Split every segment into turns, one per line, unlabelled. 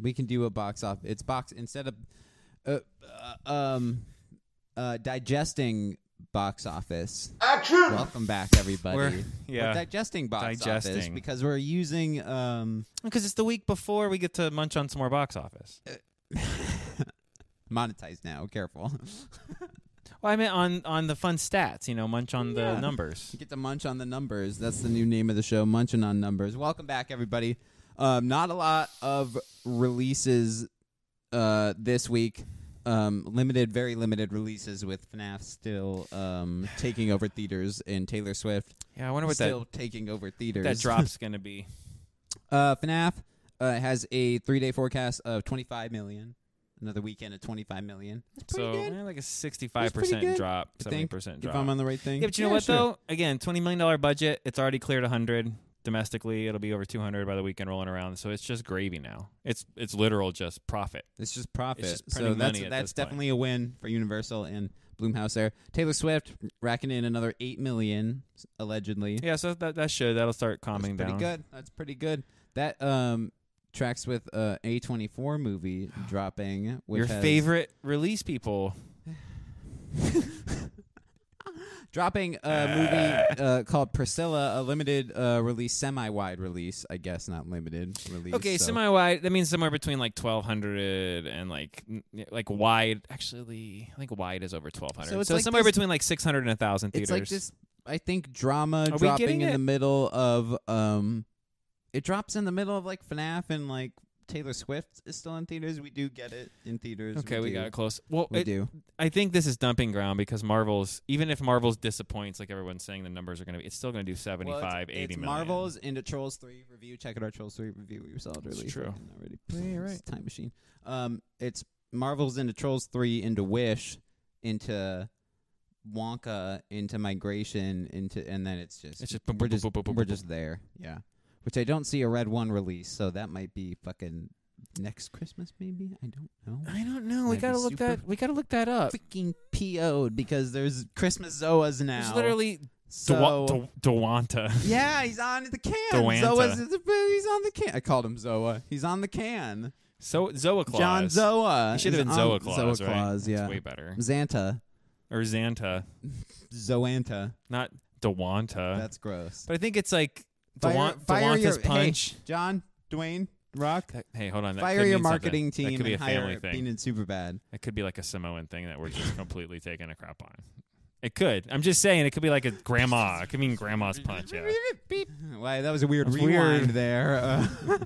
We can do a box off. It's box instead of uh, uh, um uh digesting box office.
Action!
Welcome back, everybody.
We're-
We're
yeah.
digesting box office
Digesting.
because we're using um
Because it's the week before we get to munch on some more box office.
monetize now. Careful.
Well, I meant on on the fun stats. You know, munch on
Yeah.
the numbers.
Get to munch on the numbers. That's the new name of the show, Munching on Numbers. Welcome back, everybody. Um, not a lot of releases uh, this week. Um, limited, very limited releases with FNAF still um, taking over theaters and Taylor Swift
Yeah, I wonder what
still taking over theaters.
Oh, that that drop's gonna be.
Uh, FNAF uh, has a three-day forecast of 25 million. Another weekend of 25 million. That's pretty
so
good.
yeah, like a
That's
sixty-five
pretty
percent
good,
drop,
I
seventy
think,
percent
If
drop.
I'm on the right thing.
yeah, but you know what
sure.
though? Again, twenty million dollar budget. It's already cleared a hundred domestically. It'll be over two hundred by the weekend rolling around. So it's just gravy now. It's it's literal just profit.
It's just profit.
just
so
printing
that's
money at
that's
this point.
definitely a win for Universal and Bloomhouse there. Taylor Swift racking in another eight million allegedly.
Yeah, so that that should that'll start calming
that's
down.
pretty good. That's pretty good. That um tracks with uh A twenty four movie dropping which
Your
has-
favorite release people.
dropping
Ah.
a movie uh, called Priscilla, a limited uh, release, semi wide release, I guess not limited release.
Okay,
so.
semi wide. That means somewhere between like twelve hundred and like n- like wide. Actually, I think wide is over twelve hundred.
So
So,
it's like
somewhere
this-
between like six hundred and thousand
it's
theaters.
like this i think drama
Are we
dropping
getting
in
it?
the middle of um it drops in the middle of like FNAF and like Taylor Swift is still in theaters. We do get it in theaters.
Okay, we,
do.
got it close. Well,
We
it-
do.
I think this is dumping ground because Marvel's even if Marvel's disappoints, like everyone's saying, the numbers are going to be. It's still going to do 75,
well, it's,
80
it's
million.
Marvels into Trolls Three review. Check out our Trolls Three review. We saw it
It's
earlier.
true.
Already.
Yeah, you're
It's
right.
Time machine. Um, it's Marvels into Trolls Three into Wish into Wonka into Migration into and then it's just
It's just boom,
we're
boom,
just
boom, boom, boom,
we're
boom,
just there. Yeah. Which I don't see a red one release, so that might be fucking next Christmas maybe. I don't know.
I don't know. We
That'd be
got to look
super-
that. We got to look that up.
Freaking PO'd because there's Christmas Zoas now.
It's literally
so,
Dewa- De- Dewanta.
yeah, he's on the can.
Dewanta.
Zoa's is he's on the can. I called him Zoa. He's on the can.
so Zoa Claus.
John Zoa.
It should
is
have been
on
Zoa Claus.
Zoa
right?
Claus, yeah.
It's way better.
Xanta.
Or Xanta,
Zoanta.
not Dewanta.
That's gross.
but I think it's like Dewan-
Fire- fire
Dewanta's
your- hey.
punch.
John, Dwayne, Rock.
That- Hey, hold on. That
Fire
could
your
mean something.
marketing team
That could be a
and hire
family thing.
Bean and Superbad.
That could be like a Samoan thing that we're just completely taking a crap on. It could. I'm just saying. It could be like a grandma. It could mean grandma's punch. Yeah.
Why that was a weird
That's
rewind
weird.
there. Uh,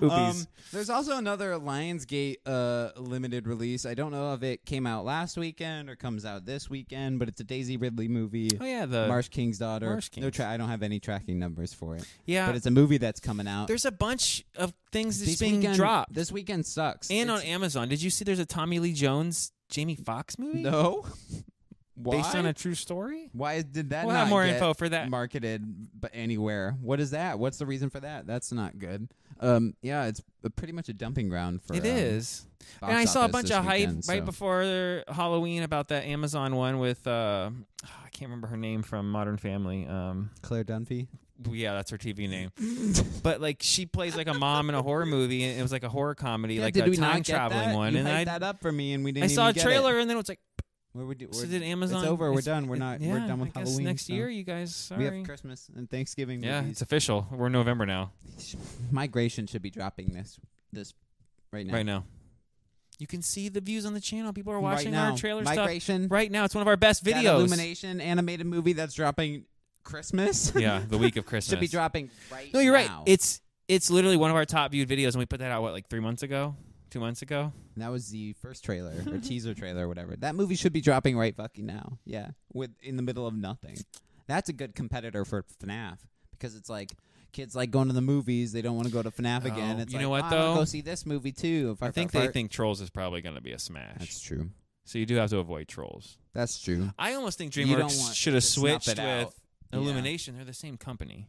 Oopies.
um, there's also another Lionsgate uh, limited release. I don't know if it came out last weekend or comes out this weekend, but it's a Daisy Ridley movie.
oh yeah. The
Marsh King's daughter.
Marsh
No,
Kings.
tra- I don't have any tracking numbers for it,
yeah.
but it's a movie that's coming out.
there's a bunch of things that's
this
being
weekend,
dropped.
This weekend sucks.
and on
It's-
Amazon, did you see? There's a Tommy Lee Jones, Jamie Foxx movie
no, why?
based on a true story.
why did that?
We'll
not
have more
get-
info for that.
marketed but anywhere. What is that? What's the reason for that? That's not good. Um, yeah, it's a- pretty much a dumping ground for
It
um,
is.
box
and I saw a
office
bunch
this
of hype
weekend,
right
so.
before Halloween about that Amazon one with uh, I can't remember her name from Modern Family. Um,
Claire Dunphy.
yeah, that's her TV name. but like she plays like a mom in a horror movie, and it was like a horror comedy, like
did
a
we
time
not get
traveling
that?
one.
You
and
hyped
I
that up for me, and we didn't.
I saw a
even get it.
trailer, and then it was like,
Where we do,
so
we're-
did Amazon?
It's over. We're
it's-
done. We're
it-
not.
yeah,
we're done with
I guess
Halloween.
Next
so.
year, you guys. Sorry.
we have Christmas and Thanksgiving
yeah,
movies.
it's official. We're November now.
Migration should be dropping this this right now.
Right now, you can see the views on the channel. People are
Right
watching
now.
our trailer stuff
Migration.
right now. It's one of our best
that
videos.
Illumination animated movie that's dropping Christmas.
yeah, the week of Christmas
should be dropping right.
No, you're right.
now.
It's it's literally one of our top viewed videos, and we put that out what like three months ago, two months ago.
And that was the first trailer or teaser trailer or whatever. That movie should be dropping right fucking now. Yeah. With in the middle of nothing. That's a good competitor for FNAF because it's like kids like going to the movies, they don't want to go to FNAF again.
Oh,
It's
you
like,
know what,
"Oh, I wanna
though?
go see this movie too.
I think they think Trolls is probably going to be a smash.
That's true.
so you do have to avoid Trolls.
That's true.
I almost think
You don't
DreamWorks
want
should have
to snuff
switched
it out.
with Illumination. They're the same company.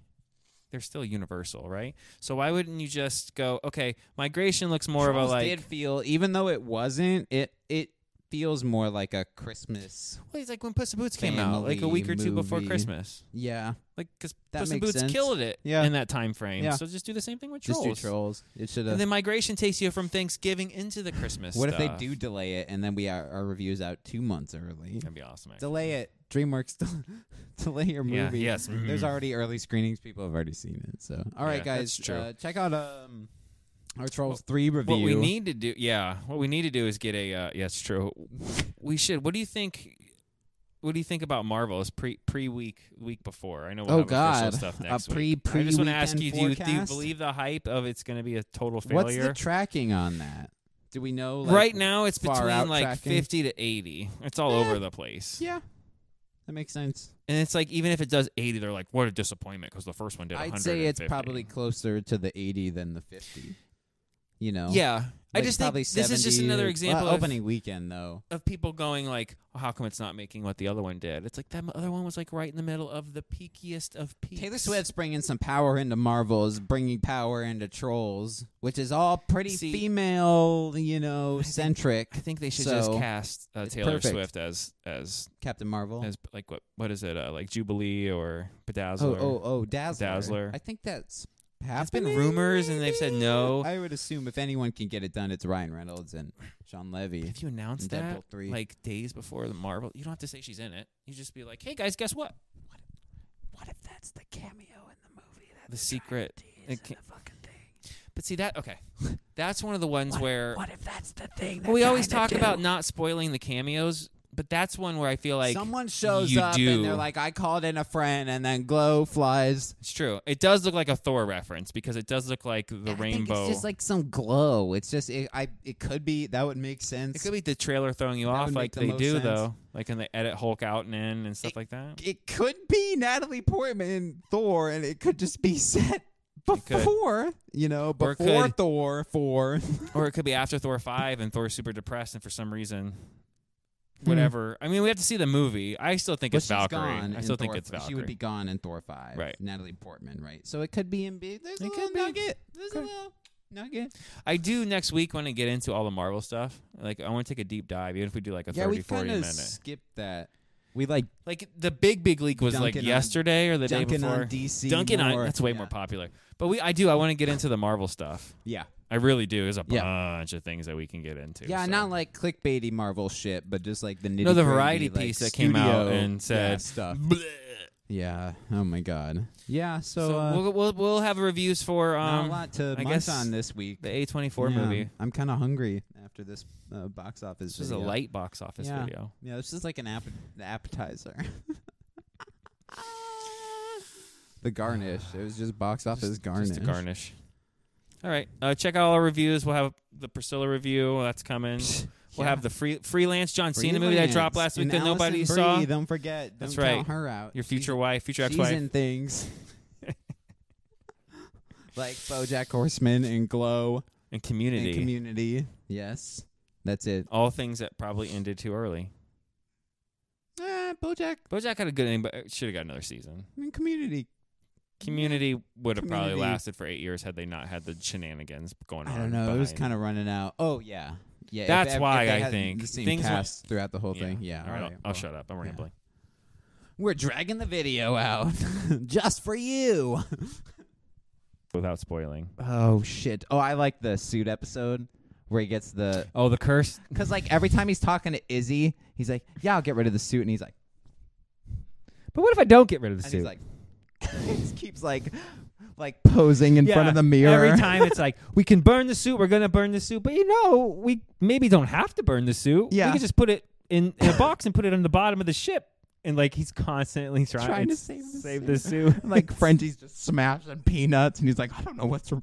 They're still Universal, right? So why wouldn't you just go? Okay, migration looks more
Trolls
of a like
did feel even though it wasn't it it feels more like a Christmas.
Well, he's like when Puss in Boots came out, like a
Family
week or two before
movie.
Christmas.
Yeah,
Like because
That
Puss in
makes
Boots
sense.
killed it
Yeah.
in that time frame.
Yeah.
So just do the same thing with
just
trolls.
do trolls. It should
And
have.
then migration takes you from Thanksgiving into the Christmas.
What if they
stuff.
do delay it and then we our, our reviews out two months early?
That'd be awesome. Actually.
Delay it, DreamWorks. Del- delay your movie.
Yeah, yes.
There's
Mm.
already early screenings. People have already seen it. So, all right,
Yeah,
guys,
that's true.
Uh, check out um, our Trolls Three review.
What we need to do, yeah, what we need to do is get a. Uh, yeah, it's true. We should. What do you think? What do you think about Marvel? It's pre pre week week before. I know. We'll
Oh,
have official
God.
stuff
A
next
pre-
week. I just wanna ask you:
pre-weekend
do you, do you
forecast?
believe the hype of it's going to be a total
What's
failure?
the tracking on that? Do we know? Like,
right now, it's
far
between
out
like
tracking?
fifty to eighty. It's all
Eh.
over the place.
Yeah, that makes sense.
And it's like even if it does eighty, they're like, what a disappointment because the first one did.
I'd say it's
150.
probably closer to the 80 than the 50. You know?
Yeah, I
Like,
just think
probably
this is just
70
another
or-
example
Well,
of
opening weekend, though.
of people going like, oh, "How come it's not making what the other one did?" It's like that other one was like right in the middle of the peakiest of peaks.
Taylor Swift's bringing some power into Marvels, bringing power into Trolls, which is all pretty
See-
female, you know, centric.
I think they should just
So,
cast uh,
it's
Taylor
perfect.
Swift as as
Captain Marvel.
as like what what is it uh, like Jubilee or
oh,
Bedazzler?
oh, oh, Dazzler.
Dazzler.
I think that's happening.
It's been rumors and they've said
maybe?
no.
I would assume if anyone can get it done, it's Ryan Reynolds and Sean Levy.
If you announce
And
that
oh. Deadpool 3.
like days before the Marvel, you don't have to say she's in it. You just be like, "Hey guys, guess what?
What if that's the cameo in the movie? That's
The secret." It ca-
fucking thing.
but see that okay, that's one of the ones where
What if that's the thing?
well, we always talk about not spoiling the cameos, but that's one where I feel like
someone shows
you
up
do.
and they're like, "I called in a friend," and then glow flies.
It's true. It does look like a Thor reference because it does look like the
I think
rainbow.
it's just like some glow. It's just it, I. It could be that would make sense.
it could be the trailer throwing you
That
off,
would
like
make the
they
most
do
sense.
though, like when they edit Hulk out and in and stuff
It-
like that.
It could be Natalie Portman in Thor, and it could just be set
could.
before you know
Or it
before
could-
Thor four.
or it could be after Thor five and Thor's super depressed and for some reason, whatever. I mean, we have to see the movie. I still think
But
it's
she's
Valkyrie.
gone
I
in
still think
Thor-
it's Valkyrie.
She would be gone in Thor five.
Right.
Natalie Portman. Right. So it could be in. B- There's a
It
little
could be.
nugget. There's
Could-
a little nugget.
I do next week want to get into all the Marvel stuff. Like I want to take a deep dive, even if we do like a
yeah,
thirty
we
forty
kind
30, 40
of
minute.
skipped that. We like
Like the big big leak was
Dunking
like
on-
yesterday or the day
dunking
before.
on DC.
Duncan, I,
more.
that's way
yeah.
more popular. But we, I do. I want to get into the Marvel stuff.
Yeah,
I really do. There's a
Yeah.
bunch of things that we can get into.
yeah,
so.
not like clickbaity Marvel shit, but just like the nitty
No, the variety piece that came out and said-
stuff.
Bleh.
Yeah. Oh my god. Yeah. So,
So,
uh,
we'll, we'll we'll have reviews for
not a
um
lot to
I
munch
guess
on this week.
the A24
Yeah,
movie.
I'm kind of hungry after this uh, box office.
This was a
video.
light box office
Yeah.
video.
Yeah, this is like an app- appetizer. the garnish. It was just box office garnish.
Just a garnish. All right, uh, check out all our reviews. We'll have the Priscilla review that's coming. We'll
yeah.
have the free freelance John Cena
Freelance.
movie that dropped last week
And
that
Alison
nobody
Brie,
saw.
Don't forget.
That's
don't
right.
Count her out.
Your
She's-
future wife, future
She's,
ex-wife.
in things. like BoJack Horseman and Glow
and community.
and Community. Yes, that's it.
all things that probably ended too early.
Eh, BoJack
BoJack had a good ending, but should have got another season.
and Community.
Community would have probably
Community.
lasted for eight years had they not had the shenanigans going on.
I don't know. It was
behind.
kind of running out. Oh yeah, yeah. if-
That's
if- if
why
they
I
had
think
the same
things went-
cast throughout the whole thing. Yeah.
All right, I'll, I'll
well,
shut up. I'm
yeah.
rambling.
We're dragging the video out just for you.
Without spoiling.
Oh shit. Oh, I like the suit episode where he gets the
Oh, the curse.
because like every time he's talking to Izzy, he's like, "Yeah, I'll get rid of the suit," and he's like,
But what if I don't get rid of the
and he's like, he just keeps like, like posing in front of the mirror
Every time it's like we can burn the suit. We're gonna burn the suit, but you know we maybe don't have to burn the suit.
Yeah.
we can just put it in, in a box and put it on the bottom of the ship. And like he's constantly trying,
Trying to
s-
save the
save the suit.
like Frenchie's just smashing peanuts, and he's like, "I don't know what's wrong."